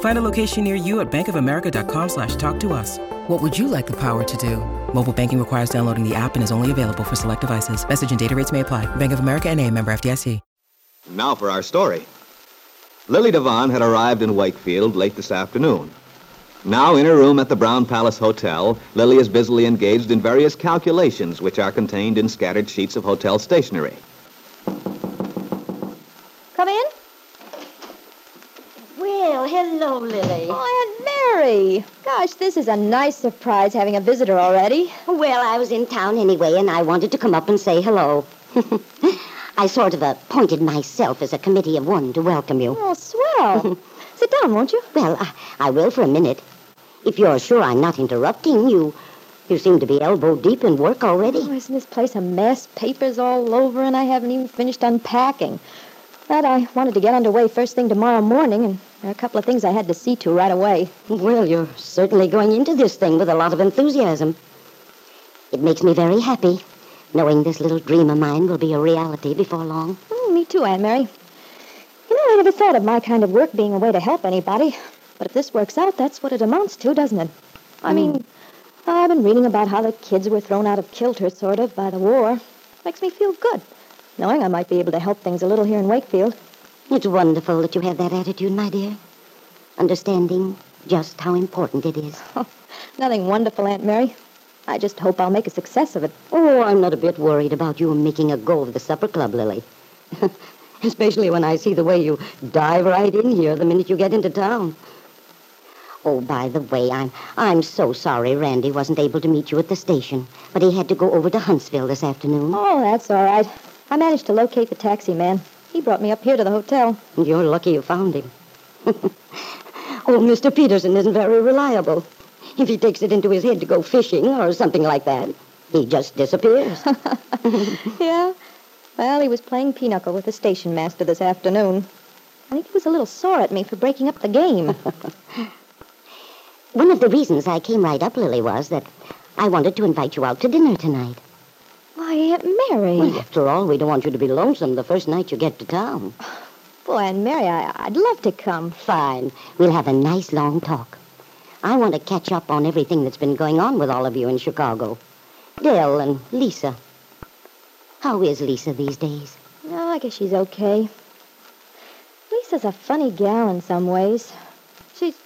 Find a location near you at bankofamerica.com slash talk to us. What would you like the power to do? Mobile banking requires downloading the app and is only available for select devices. Message and data rates may apply. Bank of America and a member FDIC. Now for our story. Lily Devon had arrived in Wakefield late this afternoon. Now in her room at the Brown Palace Hotel, Lily is busily engaged in various calculations which are contained in scattered sheets of hotel stationery. Come in. Well, hello, Lily. Oh, Aunt Mary. Gosh, this is a nice surprise having a visitor already. Well, I was in town anyway, and I wanted to come up and say hello. I sort of appointed myself as a committee of one to welcome you. Oh, swell. Sit down, won't you? Well, I, I will for a minute. If you're sure I'm not interrupting you, you seem to be elbow deep in work Oh, already. isn't this place a mess? Papers all over, and I haven't even finished unpacking. But I wanted to get underway first thing tomorrow morning, and there are a couple of things I had to see to right away. Well, you're certainly going into this thing with a lot of enthusiasm. It makes me very happy, knowing this little dream of mine will be a reality before long. Oh, me too, Aunt Mary. You know, I never thought of my kind of work being a way to help anybody. But if this works out, that's what it amounts to, doesn't it? I mean, I've been reading about how the kids were thrown out of kilter, sort of, by the war. Makes me feel good, knowing I might be able to help things a little here in Wakefield. It's wonderful that you have that attitude, my dear. Understanding just how important it is. Nothing wonderful, Aunt Mary. I just hope I'll make a success of it. Oh, I'm not a bit worried about you making a go of the supper club, Lily. Especially when I see the way you dive right in here the minute you get into town. Oh, by the way, I'm I'm so sorry Randy wasn't able to meet you at the station, but he had to go over to Huntsville this afternoon. Oh, that's all right. I managed to locate the taxi man. He brought me up here to the hotel. And You're lucky you found him. oh, Mr. Peterson isn't very reliable. If he takes it into his head to go fishing or something like that, he just disappears. Yeah? Well, he was playing pinochle with the station master this afternoon. I think he was a little sore at me for breaking up the game. One of the reasons I came right up, Lily, was that I wanted to invite you out to dinner tonight. Why, Aunt Mary. Well, after all, we don't want you to be lonesome the first night you get to town. Boy, Aunt Mary, I, I'd love to come. Fine. We'll have a nice long talk. I want to catch up on everything that's been going on with all of you in Chicago. Dell and Lisa. How is Lisa these days? No, I guess she's okay. Lisa's a funny gal in some ways. She's,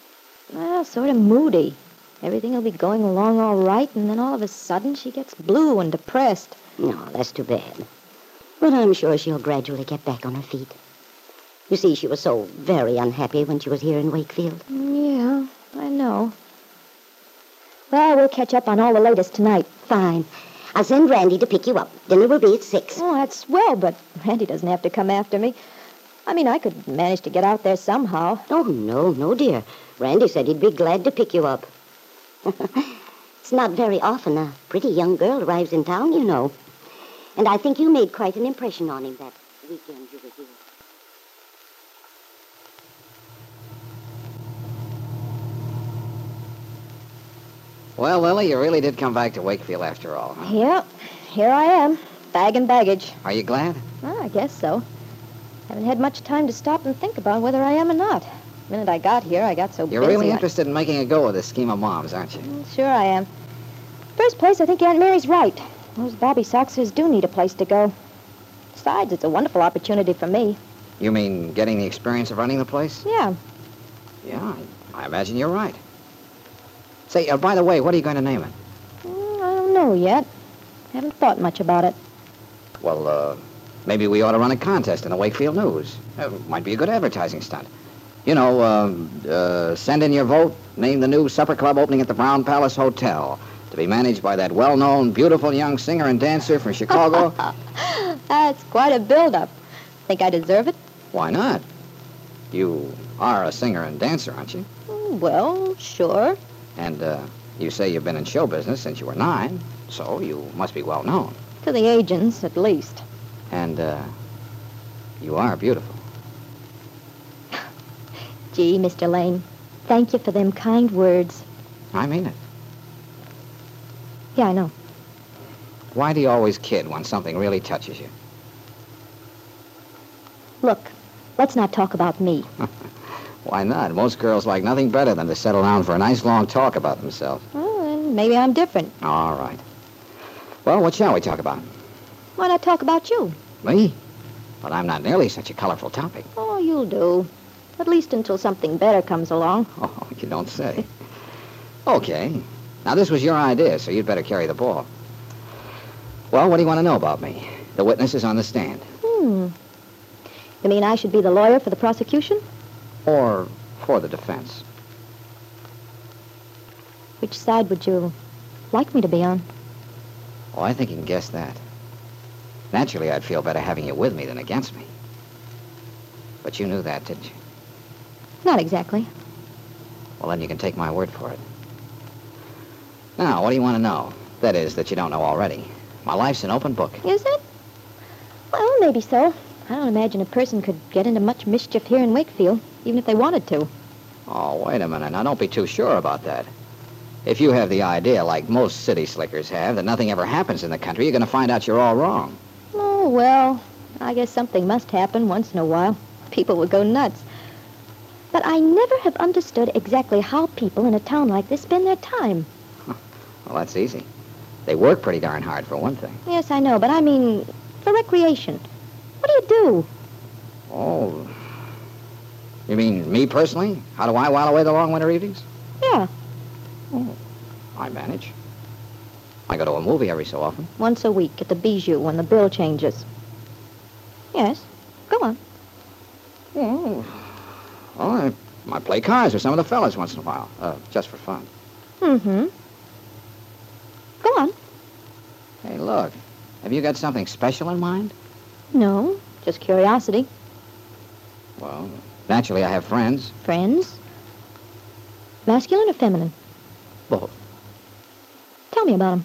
well, sort of moody. Everything will be going along all right, and then all of a sudden she gets blue and depressed. No, that's too bad. But I'm sure she'll gradually get back on her feet. You see, she was so very unhappy when she was here in Wakefield. Mm, Yeah, I know. Well, we'll catch up on all the latest tonight. Fine. I'll send Randy to pick you up. Dinner will be at six. Oh, that's swell, but Randy doesn't have to come after me. I mean, I could manage to get out there somehow. Oh, no, no, dear. Randy said he'd be glad to pick you up. it's not very often a pretty young girl arrives in town, you know. And I think you made quite an impression on him that weekend you were here. Well, Lily, you really did come back to Wakefield after all. huh? Yep, here I am, bag and baggage. Are you glad? Well, I guess so. Haven't had much time to stop and think about whether I am or not. The minute I got here, I got so You're busy. really I- interested in making a go of this scheme of mom's, aren't you? Sure I am. First place, I think Aunt Mary's right. Those Bobby Soxers do need a place to go. Besides, it's a wonderful opportunity for me. You mean getting the experience of running the place? Yeah. Yeah, I, I imagine you're right. Say, uh, by the way, what are you going to name it? Mm, I don't know yet. Haven't thought much about it. Well, uh, maybe we ought to run a contest in the Wakefield News. Uh, might be a good advertising stunt. You know, um, uh, send in your vote, name the new supper club opening at the Brown Palace Hotel to be managed by that well-known, beautiful young singer and dancer from Chicago. That's quite a build-up. Think I deserve it? Why not? You are a singer and dancer, aren't you? Mm, Well, sure. And uh, you say you've been in show business since you were nine, so you must be well known. To the agents, at least. And uh, you are beautiful. Gee, Mr. Lane, thank you for them kind words. I mean it. Yeah, I know. Why do you always kid when something really touches you? Look, let's not talk about me. Why not? Most girls like nothing better than to settle down for a nice long talk about themselves. Well, then maybe I'm different. All right. Well, what shall we talk about? Why not talk about you? Me? But I'm not nearly such a colorful topic. Oh, you'll do. At least until something better comes along. Oh, you don't say. Okay. Now, this was your idea, so you'd better carry the ball. Well, what do you want to know about me? The witness is on the stand. Hmm. You mean I should be the lawyer for the prosecution? Or for the defense. Which side would you like me to be on? Oh, I think you can guess that. Naturally, I'd feel better having you with me than against me. But you knew that, didn't you? Not exactly. Well, then you can take my word for it. Now, what do you want to know? That is, that you don't know already. My life's an open book. Is it? Well, maybe so. I don't imagine a person could get into much mischief here in Wakefield, even if they wanted to. Oh, wait a minute. Now, don't be too sure about that. If you have the idea, like most city slickers have, that nothing ever happens in the country, you're going to find out you're all wrong. Oh, well, I guess something must happen once in a while. People would go nuts. But I never have understood exactly how people in a town like this spend their time. Well, that's easy. They work pretty darn hard, for one thing. Yes, I know, but I mean for recreation. What do you do? Oh. You mean me personally? How do I while away the long winter evenings? Yeah, I manage. I go to a movie every so often. once a week at the Bijou when the bill changes. Yes, go on. Oh. Well, I, Oh, I play cards with some of the fellas once in a while, uh, just for fun. Mm-hmm. Go on. Hey, look. Have you got something special in mind? No, just curiosity. Well, naturally, I have friends. Friends? Masculine or feminine? Both. Tell me about them.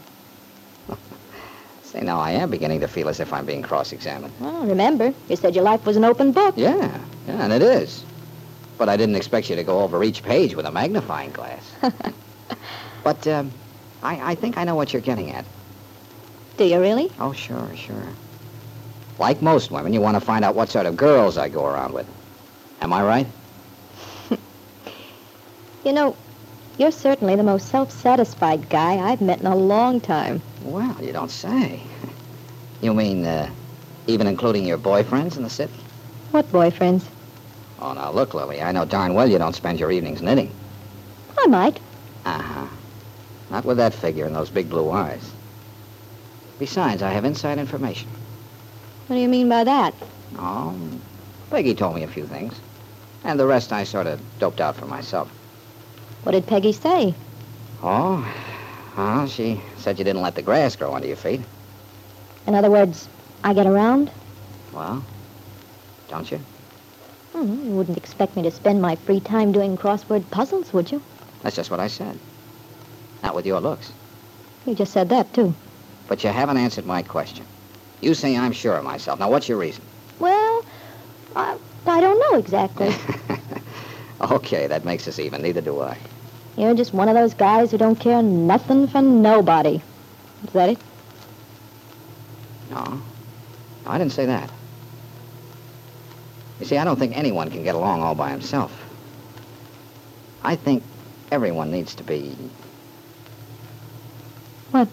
Say, now I am beginning to feel as if I'm being cross-examined. Well, remember, you said your life was an open book. Yeah, yeah, and it is. But I didn't expect you to go over each page with a magnifying glass. but um, I, I think I know what you're getting at. Do you really? Oh, sure, sure. Like most women, you want to find out what sort of girls I go around with. Am I right? You know, you're certainly the most self-satisfied guy I've met in a long time. Well, you don't say. You mean, uh, even including your boyfriends in the city? What boyfriends? Oh, now look, Lily, I know darn well you don't spend your evenings knitting. I might. Uh huh. Not with that figure and those big blue eyes. Besides, I have inside information. What do you mean by that? Oh, Peggy told me a few things. And the rest I sort of doped out for myself. What did Peggy say? Oh? Well, she said you didn't let the grass grow under your feet. In other words, I get around? Well, don't you? Hmm, you wouldn't expect me to spend my free time doing crossword puzzles, would you? That's just what I said. Not with your looks. You just said that, too. But you haven't answered my question. You say I'm sure of myself. Now, what's your reason? Well, I, I don't know exactly. Okay, that makes us even. Neither do I. You're just one of those guys who don't care nothing for nobody. Is that it? No. No, I didn't say that. You see, I don't think anyone can get along all by himself. I think everyone needs to be. What?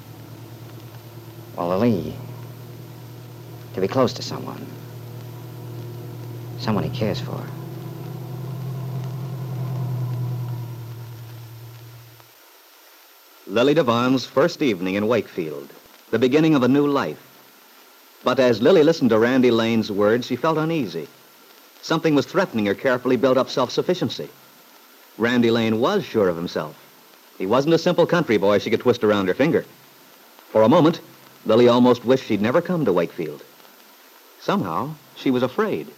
Well, Lily. To be close to someone. Someone he cares for. Lily Devon's first evening in Wakefield, the beginning of a new life. But as Lily listened to Randy Lane's words, she felt uneasy. Something was threatening her carefully built up self sufficiency. Randy Lane was sure of himself. He wasn't a simple country boy she could twist around her finger. For a moment, Lily almost wished she'd never come to Wakefield. Somehow, she was afraid.